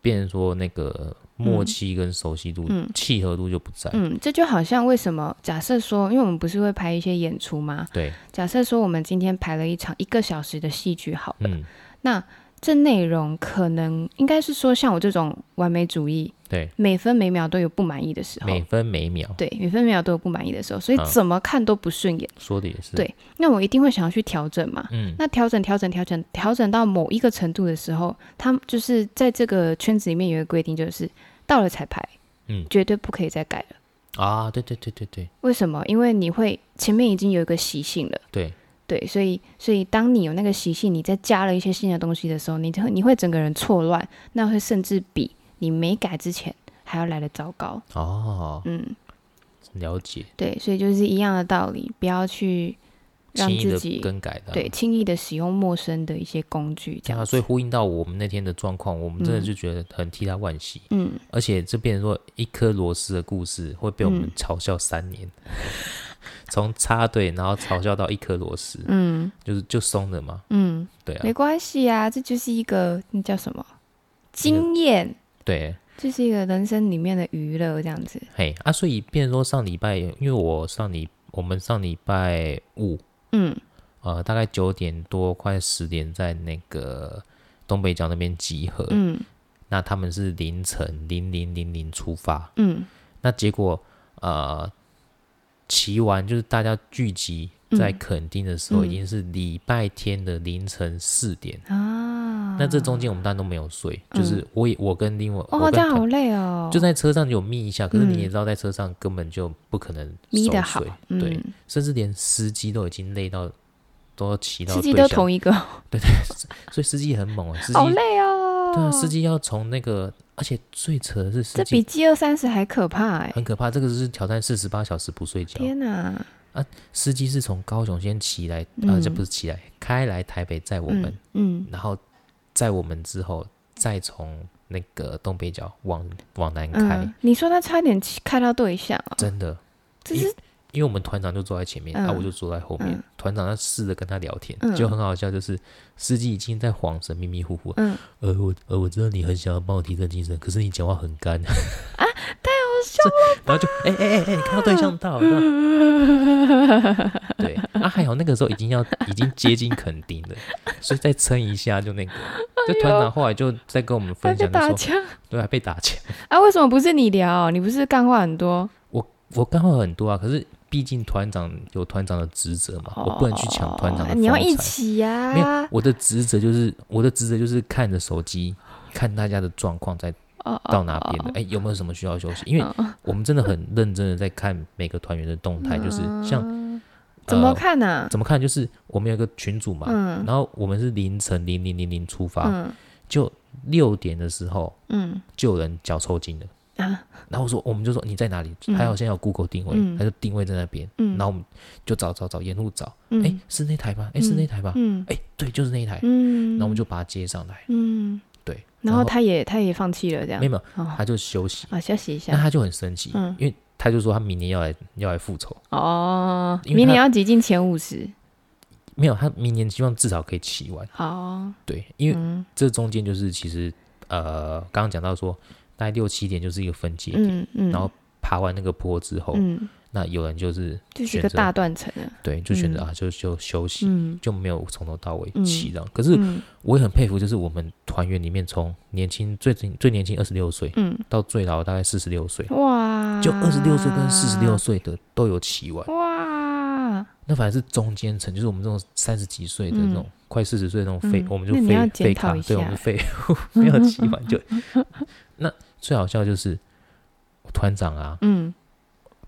Speaker 1: 变成说那个默
Speaker 2: 嗯
Speaker 1: 契跟熟悉度、
Speaker 2: 嗯
Speaker 1: 契合度就不在。
Speaker 2: 嗯，这就好像为什么假设说，因为我们不是会拍一些演出吗？
Speaker 1: 对，
Speaker 2: 假设说我们今天排了一场一个小时的戏剧，好了，
Speaker 1: 嗯，
Speaker 2: 那这内容可能应该是说，像我这种完美主义，
Speaker 1: 对，
Speaker 2: 每分每秒都有不满意的时候，
Speaker 1: 每分每秒
Speaker 2: 对，每分每秒都有不满意的时候，所以
Speaker 1: 嗯
Speaker 2: 怎么看都不顺眼。
Speaker 1: 说的也是。
Speaker 2: 对，那我一定会想要去调整嘛。
Speaker 1: 嗯，
Speaker 2: 那调整、调整、调整、调整到某一个程度的时候，他们就是在这个圈子里面有一个规定，就是到了彩排，
Speaker 1: 嗯
Speaker 2: 绝对不可以再改了。
Speaker 1: 啊，对对对对对
Speaker 2: 为什么？因为你会前面已经有一个习性了，
Speaker 1: 对，
Speaker 2: 对，所以所以当你有那个习性，你再加了一些新的东西的时候，你就会你会整个人错乱，那会甚至比你没改之前还要来的糟糕。
Speaker 1: 哦，
Speaker 2: 嗯，
Speaker 1: 了解，
Speaker 2: 对，所以就是一样的道理，不要去让
Speaker 1: 轻易
Speaker 2: 自
Speaker 1: 的
Speaker 2: 己
Speaker 1: 更改的啊、
Speaker 2: 对轻易的使用陌生的一些工具，这
Speaker 1: 对
Speaker 2: 样
Speaker 1: 啊，
Speaker 2: 子
Speaker 1: 所以呼应到我们那天的状况，我们真的
Speaker 2: 嗯
Speaker 1: 就觉得很替他惋惜，
Speaker 2: 嗯。
Speaker 1: 而且这变成说一颗螺丝的故事会被我们
Speaker 2: 嗯
Speaker 1: 嘲笑三年，从插队然后嘲笑到一颗螺丝，
Speaker 2: 嗯
Speaker 1: 就是就松了嘛，
Speaker 2: 嗯，
Speaker 1: 对啊
Speaker 2: 没，关系啊，这就是一个那叫什么经验，
Speaker 1: 对，
Speaker 2: 这是一个人生里面的娱乐，这样子。
Speaker 1: 嘿啊，所以变成说上礼拜，因为我上礼我们上礼拜五
Speaker 2: 嗯
Speaker 1: 呃，大概九点多快十点在那个东北角那边集合。
Speaker 2: 嗯
Speaker 1: 那他们是凌晨零零零零出发，
Speaker 2: 嗯
Speaker 1: 那结果呃，骑完就是大家聚集在
Speaker 2: 嗯
Speaker 1: 垦丁的时候，
Speaker 2: 嗯
Speaker 1: 已经是礼拜天的凌晨四点。
Speaker 2: 啊，嗯
Speaker 1: 那这中间我们当然都没有睡，就是我也我跟另外
Speaker 2: 哦，
Speaker 1: 我
Speaker 2: 这
Speaker 1: 跟
Speaker 2: 样好
Speaker 1: 团
Speaker 2: 累哦，
Speaker 1: 就在车上有眯一下，可是
Speaker 2: 嗯
Speaker 1: 你也知道，在车上根本就不可能
Speaker 2: 眯得
Speaker 1: 熟
Speaker 2: 好
Speaker 1: 睡，，
Speaker 2: 嗯，
Speaker 1: 对甚至连司机都已经累到都要骑到
Speaker 2: 司机
Speaker 1: 对
Speaker 2: 都
Speaker 1: 向，
Speaker 2: 同一个，
Speaker 1: 所以司机很猛啊，司机
Speaker 2: 好累哦，
Speaker 1: 对啊，司机要从那个，而且最扯的是司
Speaker 2: 这比
Speaker 1: 机
Speaker 2: 饥饿三十还可怕哎、
Speaker 1: 很可怕，这个是挑战四十八小时不睡觉。
Speaker 2: 天哪，
Speaker 1: 司机是从高雄先骑来，啊，
Speaker 2: 嗯
Speaker 1: 这不是骑来，开来台北载我
Speaker 2: 嗯
Speaker 1: 们，
Speaker 2: 嗯，
Speaker 1: 然后载我们之后，再从那个东北角往往南开，
Speaker 2: 嗯，你说他差点骑开到对象哦，
Speaker 1: 真的，
Speaker 2: 这是
Speaker 1: 因为我们团长就坐在前面，
Speaker 2: 嗯
Speaker 1: 啊，我就坐在后面
Speaker 2: 嗯，
Speaker 1: 团、长他试着跟他聊天，
Speaker 2: 嗯
Speaker 1: 就很好笑，就是司机已经在晃神，迷迷糊糊，
Speaker 2: 嗯，
Speaker 1: 呃，我呃，我知道你很想要帮我提升精神，可是你讲话很干啊，太好
Speaker 2: 笑
Speaker 1: 了， 然后就哎哎哎哎，你看到对象到了，对，啊，还好那个时候已经 要已经接近垦丁了，所以再撑一下就那个，就团长后来就在跟我们分
Speaker 2: 还哎被
Speaker 1: 享，就
Speaker 2: 打
Speaker 1: 说
Speaker 2: 枪
Speaker 1: 对，还被打枪，
Speaker 2: 啊？为什么不是你聊？你不是干话很多？
Speaker 1: 我干话很多啊，可是毕竟团长有团长的职责嘛，我不能去抢团长的
Speaker 2: 哦
Speaker 1: 风
Speaker 2: 你要
Speaker 1: 采。
Speaker 2: 一起啊呀、
Speaker 1: 没有，我的职责就是我的职责就是看着手机，看大家的状况在
Speaker 2: 哦
Speaker 1: 到哪边了，哎、有没有什么需要休息？因为
Speaker 2: 哦
Speaker 1: 我们真的很认真的在看每个团员的动态，就是像、
Speaker 2: 嗯
Speaker 1: 呃
Speaker 2: 怎么看呢、
Speaker 1: 怎么看，就是我们有一个群组嘛，
Speaker 2: 嗯
Speaker 1: 然后我们是凌晨零零零零出发，
Speaker 2: 嗯
Speaker 1: 就六点的时候
Speaker 2: 嗯
Speaker 1: 就有人脚抽筋了。
Speaker 2: 啊
Speaker 1: 然后我说，我们就说你在哪里？
Speaker 2: 嗯
Speaker 1: 还好现在有 Google 定位，
Speaker 2: 嗯
Speaker 1: 他就定位在那边。
Speaker 2: 嗯，
Speaker 1: 然后我们就找找找，沿路找，
Speaker 2: 嗯
Speaker 1: 哎、是那台吗？哎、是那台吧？
Speaker 2: 嗯
Speaker 1: 哎、对，就是那一台。
Speaker 2: 嗯，
Speaker 1: 然后我们就把它接上来，
Speaker 2: 嗯
Speaker 1: 对，
Speaker 2: 然
Speaker 1: 然
Speaker 2: 后
Speaker 1: 后
Speaker 2: 他也他也放弃了这样
Speaker 1: 没有，没有，
Speaker 2: 哦
Speaker 1: 他就休息。
Speaker 2: 啊休息一下
Speaker 1: 那他就很生气，
Speaker 2: 嗯
Speaker 1: 因为他就说他明年要来要来复仇，
Speaker 2: 哦，
Speaker 1: 因为
Speaker 2: 明
Speaker 1: 他
Speaker 2: 年要挤进前五十
Speaker 1: 没有，他明年希望至少可以骑完。
Speaker 2: 哦，
Speaker 1: 对，因为
Speaker 2: 嗯
Speaker 1: 这中间就是其实呃，刚刚讲到说大概六七点就是一个分界点，
Speaker 2: 嗯嗯，
Speaker 1: 然后爬完那个坡之后，
Speaker 2: 嗯，
Speaker 1: 那有人就是
Speaker 2: 就是一
Speaker 1: 选
Speaker 2: 个
Speaker 1: 择
Speaker 2: 大断层了，
Speaker 1: 对就选择
Speaker 2: 嗯
Speaker 1: 啊就就休息，
Speaker 2: 嗯
Speaker 1: 就没有从头到尾
Speaker 2: 嗯
Speaker 1: 骑这样。可是
Speaker 2: 嗯
Speaker 1: 我也很佩服，就是我们团员里面从年轻最最年轻二十六岁
Speaker 2: 嗯，
Speaker 1: 到最老大概四十六岁，
Speaker 2: 哇，
Speaker 1: 就二十六岁跟四十六岁的都有骑完。
Speaker 2: 哇，
Speaker 1: 那反而是中间层，就是我们这种三十几岁的
Speaker 2: 嗯
Speaker 1: 这种、快四十岁的那种废，
Speaker 2: 嗯
Speaker 1: 我们就
Speaker 2: 那你要
Speaker 1: 废
Speaker 2: 检
Speaker 1: 废
Speaker 2: 讨
Speaker 1: 咖
Speaker 2: 一，
Speaker 1: 对，我
Speaker 2: 下
Speaker 1: 们废 物没有骑完 就。那最好笑就是团长啊，
Speaker 2: 嗯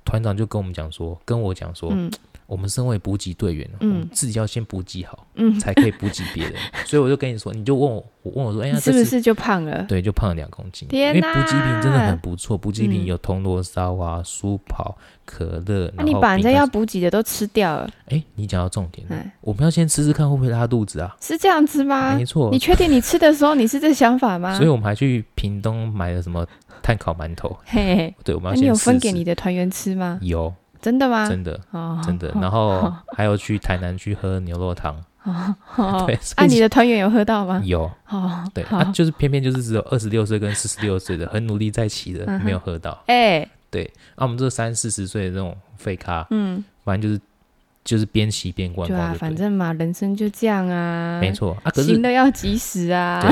Speaker 1: 团长就跟我们讲说，跟我讲说，
Speaker 2: 嗯
Speaker 1: 我们身为补给队员，我
Speaker 2: 嗯
Speaker 1: 们自己要先补给好，
Speaker 2: 嗯，
Speaker 1: 才可以补给别人。所以我就跟你说，你就问我，我问我说，哎、呀，
Speaker 2: 你是
Speaker 1: 这次
Speaker 2: 不是就胖了？
Speaker 1: 对，就胖了两公斤。
Speaker 2: 天
Speaker 1: 因为补给品真的
Speaker 2: 哪
Speaker 1: 很不错，补给品
Speaker 2: 嗯
Speaker 1: 有铜锣烧啊、酥跑、可乐，
Speaker 2: 那
Speaker 1: 然
Speaker 2: 啊你
Speaker 1: 后
Speaker 2: 把人
Speaker 1: 饼
Speaker 2: 家
Speaker 1: 干
Speaker 2: 要
Speaker 1: 什么
Speaker 2: 补给的都吃掉了，
Speaker 1: 哎，你讲到重点了，
Speaker 2: 哎，
Speaker 1: 我们要先吃吃看会不会拉肚子啊？
Speaker 2: 是这样子吗
Speaker 1: 没？错
Speaker 2: 你，确定你吃的时候你是这想法吗？
Speaker 1: 所以我们还去屏东买了什么碳烤馒头，
Speaker 2: 嘿嘿，
Speaker 1: 对，我们要
Speaker 2: 那哎你
Speaker 1: 先
Speaker 2: 有分
Speaker 1: 试
Speaker 2: 给
Speaker 1: 试
Speaker 2: 你的团员吃吗？
Speaker 1: 有，
Speaker 2: 真的吗？
Speaker 1: 真的
Speaker 2: 哦，
Speaker 1: 真的，然后还有去台南去喝牛肉汤，
Speaker 2: 哦哦，
Speaker 1: 对，所
Speaker 2: 啊，你
Speaker 1: 以
Speaker 2: 的团员有喝到吗？
Speaker 1: 有。
Speaker 2: 哦，
Speaker 1: 对，
Speaker 2: 好
Speaker 1: 啊，，就是偏偏就是只有二十六岁跟四十六岁的很努力在骑的
Speaker 2: 嗯哼
Speaker 1: 没有喝到，
Speaker 2: 哎，
Speaker 1: 对，啊，我们这三四十岁的这种废咖，
Speaker 2: 嗯，
Speaker 1: 反正就是就是边骑边观
Speaker 2: 对
Speaker 1: 光
Speaker 2: 啊
Speaker 1: 就，
Speaker 2: 反
Speaker 1: 对
Speaker 2: 正嘛，人生就这样啊，
Speaker 1: 没，错啊。可
Speaker 2: 行
Speaker 1: 是
Speaker 2: 的要及时啊，
Speaker 1: 对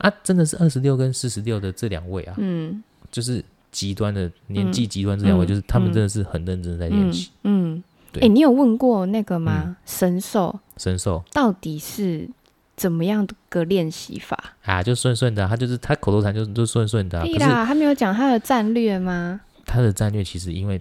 Speaker 1: 啊，真的是二十六跟四十六的这两位啊，
Speaker 2: 嗯
Speaker 1: 就是极端的年纪极端这两位，
Speaker 2: 嗯
Speaker 1: 就是他们真的是很认真地在练
Speaker 2: 嗯
Speaker 1: 习
Speaker 2: 嗯，
Speaker 1: 对嗯
Speaker 2: 哎，你有问过那个吗？神兽
Speaker 1: 神兽
Speaker 2: 到底是怎么样个练习法？
Speaker 1: 啊，就顺顺的啊、他就是他口头禅就是就顺顺的啊、
Speaker 2: 对
Speaker 1: 可是
Speaker 2: 啦，他没有讲他的战略吗？
Speaker 1: 他的战略其实因为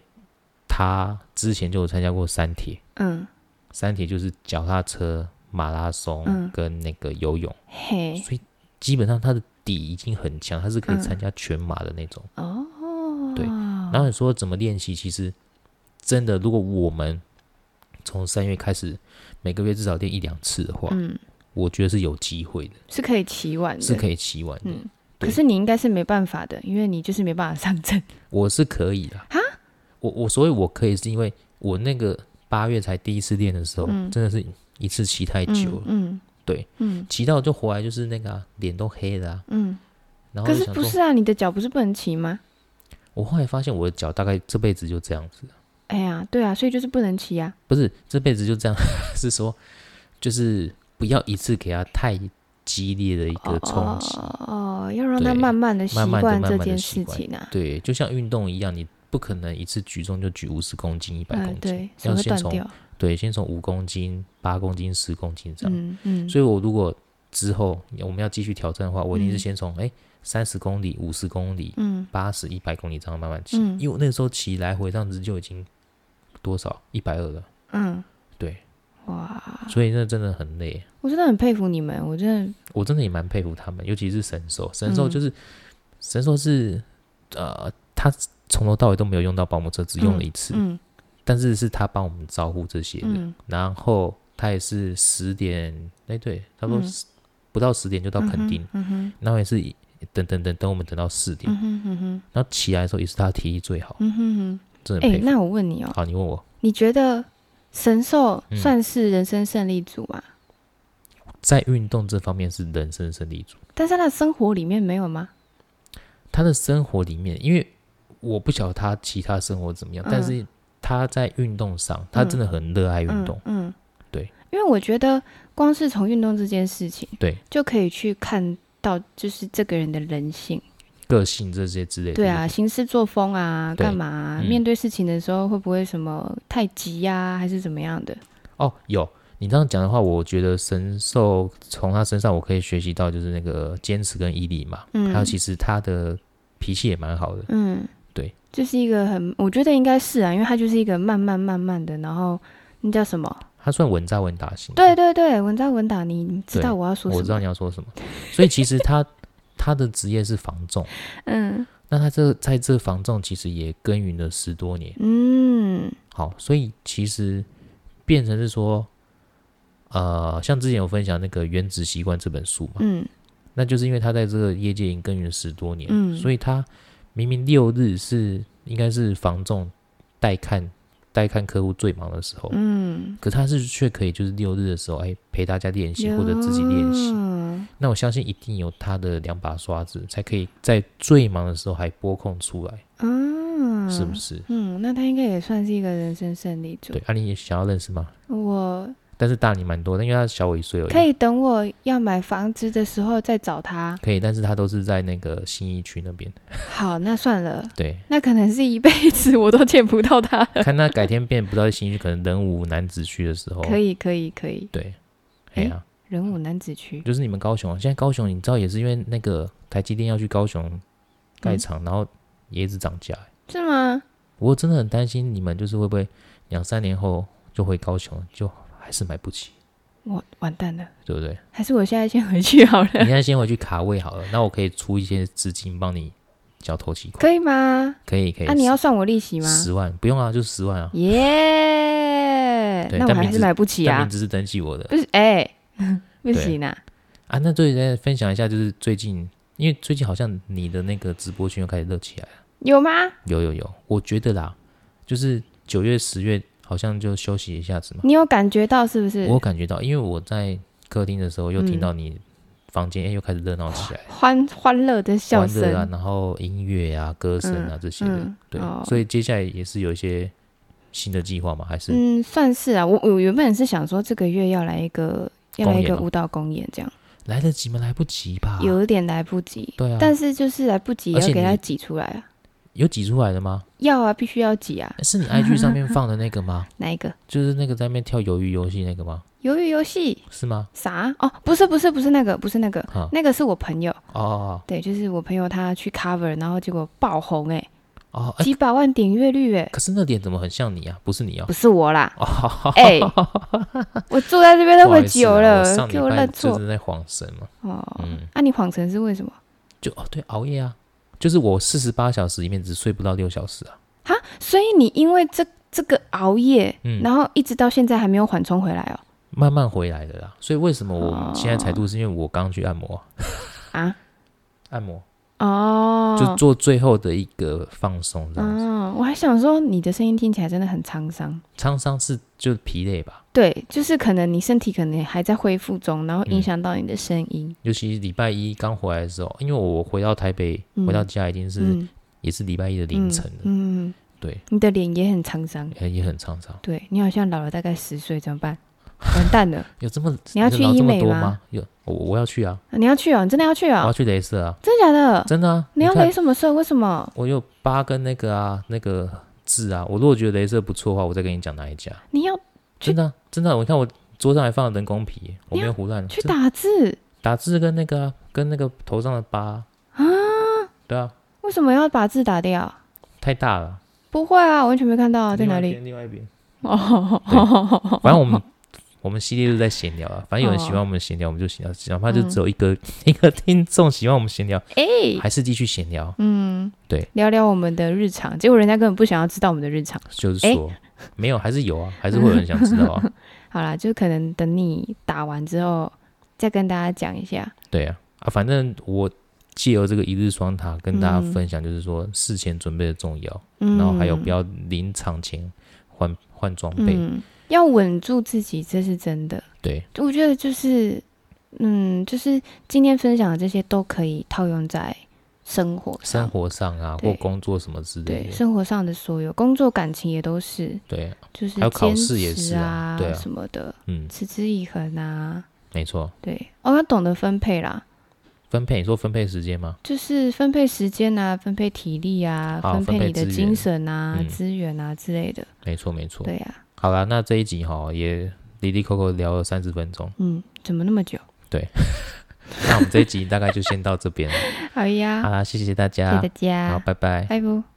Speaker 1: 他之前就有参加过三铁，
Speaker 2: 嗯，
Speaker 1: 三铁就是脚踏车、马拉松
Speaker 2: 嗯
Speaker 1: 跟那个游泳，
Speaker 2: 嘿，
Speaker 1: 所以基本上他的底已经很强，他是可以
Speaker 2: 嗯
Speaker 1: 参加全马的那种。
Speaker 2: 哦，
Speaker 1: 对然后你说怎么练习，其实真的，如果我们从三月开始，每个月至少练一两次的话，
Speaker 2: 嗯，
Speaker 1: 我觉得是有机会的，
Speaker 2: 是可以骑完的，
Speaker 1: 是可以骑完的。
Speaker 2: 嗯，
Speaker 1: 对
Speaker 2: 可是你应该是没办法的，因为你就是没办法上阵。
Speaker 1: 我是可以的。我我所以我可以是因为我那个八月才第一次练的时候，
Speaker 2: 嗯
Speaker 1: 真的是一次骑太久了，
Speaker 2: 嗯，嗯
Speaker 1: 对，
Speaker 2: 嗯
Speaker 1: 骑、到就回来就是那个啊、脸都黑了啊、
Speaker 2: 嗯。
Speaker 1: 然后
Speaker 2: 可
Speaker 1: 就是想
Speaker 2: 不
Speaker 1: 说，
Speaker 2: 是啊，你的脚不是不能骑吗？
Speaker 1: 我后来发现我的脚大概这辈子就这样子，
Speaker 2: 哎呀，对啊，所以就是不能骑啊。
Speaker 1: 不是这辈子就这样，是说就是不要一次给它太激烈的一个冲击。
Speaker 2: 哦，要让他
Speaker 1: 对
Speaker 2: 慢慢的习
Speaker 1: 慢慢地
Speaker 2: 惯
Speaker 1: 慢
Speaker 2: 这
Speaker 1: 慢地
Speaker 2: 件
Speaker 1: 习
Speaker 2: 事
Speaker 1: 惯
Speaker 2: 情啊。
Speaker 1: 对，就像运动一样，你不可能一次举重就举五十公斤、一百
Speaker 2: 嗯，
Speaker 1: 公斤
Speaker 2: 对，，手
Speaker 1: 要
Speaker 2: 会
Speaker 1: 先
Speaker 2: 断
Speaker 1: 从
Speaker 2: 掉。
Speaker 1: 对先从五公斤、八公斤、十公斤这样。
Speaker 2: 嗯嗯，
Speaker 1: 所以我如果之后我们要继续挑战的话，我一定是
Speaker 2: 嗯
Speaker 1: 先从哎三十公里、五十公里、
Speaker 2: 嗯
Speaker 1: 八十、一百公里这样慢慢骑，
Speaker 2: 嗯
Speaker 1: 因为我那时候骑来回这样子就已经多少一百二了，
Speaker 2: 嗯，
Speaker 1: 对，
Speaker 2: 哇，
Speaker 1: 所以那真的很累。
Speaker 2: 我真的很佩服你们，我真的
Speaker 1: 我真的也蛮佩服他们，尤其是神兽，神兽
Speaker 2: 嗯
Speaker 1: 就是、神兽是呃，他从头到尾都没有用到保姆车，只用了一次，
Speaker 2: 嗯
Speaker 1: 但是是他帮我们招呼这些人，
Speaker 2: 嗯
Speaker 1: 然后他也是十点，哎、对，差不多
Speaker 2: 嗯
Speaker 1: 10不到十点就到垦丁，
Speaker 2: 嗯哼
Speaker 1: 然后也是等等等等我们等到四点，
Speaker 2: 嗯哼嗯哼
Speaker 1: 然后起来的时候也是他提议最好，
Speaker 2: 嗯哼嗯
Speaker 1: 真
Speaker 2: 哼，
Speaker 1: 的很
Speaker 2: 哎
Speaker 1: 佩，服。
Speaker 2: 那我问你哦，
Speaker 1: 好，你问我，
Speaker 2: 你觉得神兽
Speaker 1: 嗯
Speaker 2: 算是人生胜利组吗？
Speaker 1: 在运动这方面是人生胜利组，
Speaker 2: 但是他的生活里面没有吗？
Speaker 1: 他的生活里面，因为我不晓得他其他生活怎么样，
Speaker 2: 嗯
Speaker 1: 但是他在运动上，他真的很热爱运
Speaker 2: 嗯
Speaker 1: 动。
Speaker 2: 嗯，
Speaker 1: 对，
Speaker 2: 因为我觉得光是从运动这件事情，
Speaker 1: 对，
Speaker 2: 就可以去看到就是这个人的人性，
Speaker 1: 个性这些之类的。
Speaker 2: 对啊，，行事作风啊，
Speaker 1: 对
Speaker 2: 干嘛啊、
Speaker 1: 嗯
Speaker 2: 面对事情的时候会不会什么太急呀、还是怎么样的？
Speaker 1: 哦，有你这样讲的话，我觉得神兽从他身上我可以学习到就是那个坚持跟毅力嘛，
Speaker 2: 嗯
Speaker 1: 还有其实他的脾气也蛮好的。
Speaker 2: 嗯，
Speaker 1: 对，
Speaker 2: 就是一个很，我觉得应该是啊，因为他就是一个慢慢慢慢的，然后那叫什么？
Speaker 1: 他算稳扎稳打型。
Speaker 2: 对，对对，文章文打你，你知道
Speaker 1: 对
Speaker 2: 我要说什
Speaker 1: 我
Speaker 2: 么？
Speaker 1: 知道你要说什么。所以其实他 他的职业是防重，
Speaker 2: 嗯
Speaker 1: 那他这在这防重其实也耕耘了十多年。
Speaker 2: 嗯
Speaker 1: 好，所以其实变成是说，呃，像之前有分享那个《原子习惯》这本书嘛，
Speaker 2: 嗯
Speaker 1: 那就是因为他在这个业界已经耕耘十多年，
Speaker 2: 嗯
Speaker 1: 所以他明明六日是应该是房仲带看带看客户最忙的时候，
Speaker 2: 嗯，
Speaker 1: 可他是却可以就是六日的时候，哎，陪大家练习或者自己练习。
Speaker 2: 嗯
Speaker 1: 那我相信一定有他的两把刷子，才可以在最忙的时候还拨空出来，
Speaker 2: 嗯，
Speaker 1: 是不是？
Speaker 2: 嗯，那他应该也算是一个人生胜利组
Speaker 1: 对。，啊，你也想要认识吗？
Speaker 2: 我
Speaker 1: 但是大你蛮多的，因为他小我一岁而已。
Speaker 2: 可以等我要买房子的时候再找他。
Speaker 1: 可以，但是他都是在那个新一区那边。
Speaker 2: 好，那算了，
Speaker 1: 对，
Speaker 2: 那可能是一辈子我都见不到他了。
Speaker 1: 看他改天变不到新一区，可能人无男子区的时候。
Speaker 2: 可。以，可以，可以。
Speaker 1: 对，哎呀、
Speaker 2: 人武男子区，
Speaker 1: 就是你们高雄啊，现在高雄你知道也是因为那个台积电要去高雄盖厂，然后也一直涨价欸。
Speaker 2: 是吗？
Speaker 1: 我真的很担心你们就是会不会两三年后就回高雄，就还是买不起，
Speaker 2: 我完蛋了，
Speaker 1: 对不 对？
Speaker 2: 还是我现在先回去好
Speaker 1: 你
Speaker 2: 了，
Speaker 1: 现在先回去卡位好了，那我可以出一些资金帮你缴头期款，
Speaker 2: 可以吗？
Speaker 1: 可以可以。
Speaker 2: 啊，你要算我利息吗？
Speaker 1: 十万？不用啊，就十万啊。
Speaker 2: 耶、
Speaker 1: 对
Speaker 2: 那我
Speaker 1: 但
Speaker 2: 还
Speaker 1: 名
Speaker 2: 是
Speaker 1: 字
Speaker 2: 买不起
Speaker 1: 但
Speaker 2: 啊
Speaker 1: 名！字是登记我的
Speaker 2: 不是，哎、
Speaker 1: 对
Speaker 2: 不行啊！
Speaker 1: 啊。那对，再分享一下，就是最近，因为最近好像你的那个直播群又开始热起来了。
Speaker 2: 有吗？
Speaker 1: 有有有，我觉得啦，就是九月、十月好像就休息一下子嘛。
Speaker 2: 你有感觉到是不是
Speaker 1: 我？有感觉到，因为我在客厅的时候又
Speaker 2: 嗯
Speaker 1: 听到你房间哎、又开始热闹起来，
Speaker 2: 欢欢乐的哦笑
Speaker 1: 欢乐
Speaker 2: 声，
Speaker 1: 啊，然后音乐啊、歌声啊、这些的，
Speaker 2: 嗯
Speaker 1: 对、
Speaker 2: 哦
Speaker 1: 所以接下来也是有一些新的计划嘛，还是、
Speaker 2: 嗯，算是啊。我我原本是想说这个月要来一个要来一
Speaker 1: 公演哦啊
Speaker 2: 个
Speaker 1: 吗
Speaker 2: 舞蹈公演，这样、
Speaker 1: 来得及吗？来不及吧？
Speaker 2: 有点来不及，
Speaker 1: 对啊，
Speaker 2: 但是就是来不及
Speaker 1: 而
Speaker 2: 要
Speaker 1: 且
Speaker 2: 给它
Speaker 1: 你
Speaker 2: 挤出来啊。
Speaker 1: 有挤出来了吗？
Speaker 2: 要啊，必须要挤啊。
Speaker 1: 是你 IG 上面放的那个吗？
Speaker 2: 哪一个？
Speaker 1: 就是那个在那边跳鱿鱼游戏那个吗？
Speaker 2: 鱿鱼游戏
Speaker 1: 是吗？
Speaker 2: 啥？哦，不是不是不是那个，不是那个，
Speaker 1: 哈、
Speaker 2: 那个是我朋友。
Speaker 1: 哦哦
Speaker 2: 对，就是我朋友他去 cover，然后结果爆红哎、
Speaker 1: 哦哦，哎、
Speaker 2: 几百万点阅率哎、
Speaker 1: 可是那脸怎么很像你啊？不是你啊
Speaker 2: 不？是我啦，
Speaker 1: 哦，
Speaker 2: 哎、我住在这边那
Speaker 1: 不好
Speaker 2: 么
Speaker 1: 意思
Speaker 2: 久
Speaker 1: 啊
Speaker 2: 了，
Speaker 1: 上
Speaker 2: 给
Speaker 1: 礼
Speaker 2: 我
Speaker 1: 拜
Speaker 2: 认
Speaker 1: 就
Speaker 2: 错
Speaker 1: 是在晃神嘛，
Speaker 2: 哦。
Speaker 1: 嗯，
Speaker 2: 那、你谎成是为什么？
Speaker 1: 就哦对，熬夜啊，就是我四十八小时里面只睡不到六小时啊，
Speaker 2: 哈，所以你因为这这个熬夜，
Speaker 1: 嗯
Speaker 2: 然后一直到现在还没有缓冲回来哦。
Speaker 1: 慢慢回来的啦。所以为什么我们现在才录，是因为我刚去按摩啊，
Speaker 2: 啊，
Speaker 1: 按摩
Speaker 2: 哦，
Speaker 1: 就做最后的一个放松这样子。
Speaker 2: 哦，我还想说你的声音听起来真的很沧桑。
Speaker 1: 沧桑是就是疲累吧，
Speaker 2: 对，就是可能你身体可能还在恢复中，然后影
Speaker 1: 嗯
Speaker 2: 响到你的声音。
Speaker 1: 尤其礼拜一刚回来的时候，因为我回到台北，
Speaker 2: 嗯
Speaker 1: 回到家一定是、
Speaker 2: 嗯，
Speaker 1: 也是礼拜一的凌晨了，
Speaker 2: 嗯，嗯嗯
Speaker 1: 对，
Speaker 2: 你的脸也很沧桑。
Speaker 1: 也也很沧桑。
Speaker 2: 对你好像老了大概十岁，怎么办？完蛋了！啊
Speaker 1: 有这么
Speaker 2: 你要去
Speaker 1: 老
Speaker 2: 医
Speaker 1: 这么
Speaker 2: 美
Speaker 1: 多
Speaker 2: 吗
Speaker 1: 吗？有，我我要去啊，
Speaker 2: 啊你要去啊？你真的要去
Speaker 1: 我
Speaker 2: 啊
Speaker 1: 要？去镭射啊，
Speaker 2: 真的假的？
Speaker 1: 真的啊。
Speaker 2: 哦你要
Speaker 1: 看
Speaker 2: 雷什么色？为什么？
Speaker 1: 我有八根那个啊，那个痣啊。我如果觉得镭射不错的话，我再跟你讲哪一家。
Speaker 2: 你要去
Speaker 1: 真的啊、真的啊、我看我桌上还放了人工皮，我
Speaker 2: 你
Speaker 1: 没
Speaker 2: 要
Speaker 1: 有胡乱。
Speaker 2: 去
Speaker 1: 真的
Speaker 2: 打字？
Speaker 1: 打字跟那个啊、跟那个头上的疤啊，对啊，
Speaker 2: 为什么要把字打掉？
Speaker 1: 太大了。
Speaker 2: 不会啊，我完全没看到啊，在
Speaker 1: 另外
Speaker 2: 哪
Speaker 1: 一
Speaker 2: 里？
Speaker 1: 边？另外一边。
Speaker 2: 哦，
Speaker 1: 反正我们我们系列都在闲聊啊，反正有人喜欢我们闲聊，我们就
Speaker 2: 嗯
Speaker 1: 闲聊，哪怕就只有一个、 一个听众喜欢我们闲聊，
Speaker 2: 哎、
Speaker 1: 还是继续闲聊，
Speaker 2: 嗯，
Speaker 1: 对，
Speaker 2: 聊聊我们的日常，结果人家根本不想要知道我们的日常。
Speaker 1: 就是说、没有，还是有啊，还是会有人想知道 啊，
Speaker 2: 好啦，就可能等你打完之后再跟大家讲一下。
Speaker 1: 对啊，啊，反正我借由这个一日双塔跟大家
Speaker 2: 嗯
Speaker 1: 分享，就是说事前准备的重要，
Speaker 2: 嗯，
Speaker 1: 然后还有不要临场前换换装备，
Speaker 2: 嗯，要稳住自己，这是真的。
Speaker 1: 对，
Speaker 2: 我觉得就是，嗯，就是今天分享的这些都可以套用在生活上，
Speaker 1: 生活上啊
Speaker 2: 对
Speaker 1: 或工作什么之类
Speaker 2: 对
Speaker 1: 的，
Speaker 2: 生活上的所有工作、感情也都是，
Speaker 1: 对，
Speaker 2: 就是
Speaker 1: 还有考
Speaker 2: 坚
Speaker 1: 试也
Speaker 2: 持
Speaker 1: 是啊对啊
Speaker 2: 什么的，
Speaker 1: 嗯，
Speaker 2: 持之以恒啊。
Speaker 1: 没错。
Speaker 2: 对，哦，要懂得分配啦，
Speaker 1: 分配，你说分配时间吗？
Speaker 2: 就是分配时间啊，分配体力啊，
Speaker 1: 好
Speaker 2: 分
Speaker 1: 分配
Speaker 2: 你的
Speaker 1: 资源
Speaker 2: 精神啊、
Speaker 1: 嗯
Speaker 2: 资源啊之类的。
Speaker 1: 没错，没错。
Speaker 2: 对啊呀、
Speaker 1: 好啦，那这一集哈也离离扣扣聊了三十分钟，
Speaker 2: 嗯，怎么那么久？
Speaker 1: 那我们这一集大概就先到这边了。
Speaker 2: 哎呀，
Speaker 1: 好啦，谢谢大
Speaker 2: 谢谢
Speaker 1: 家
Speaker 2: 大，
Speaker 1: 好，
Speaker 2: 家，
Speaker 1: 拜拜。
Speaker 2: 拜拜。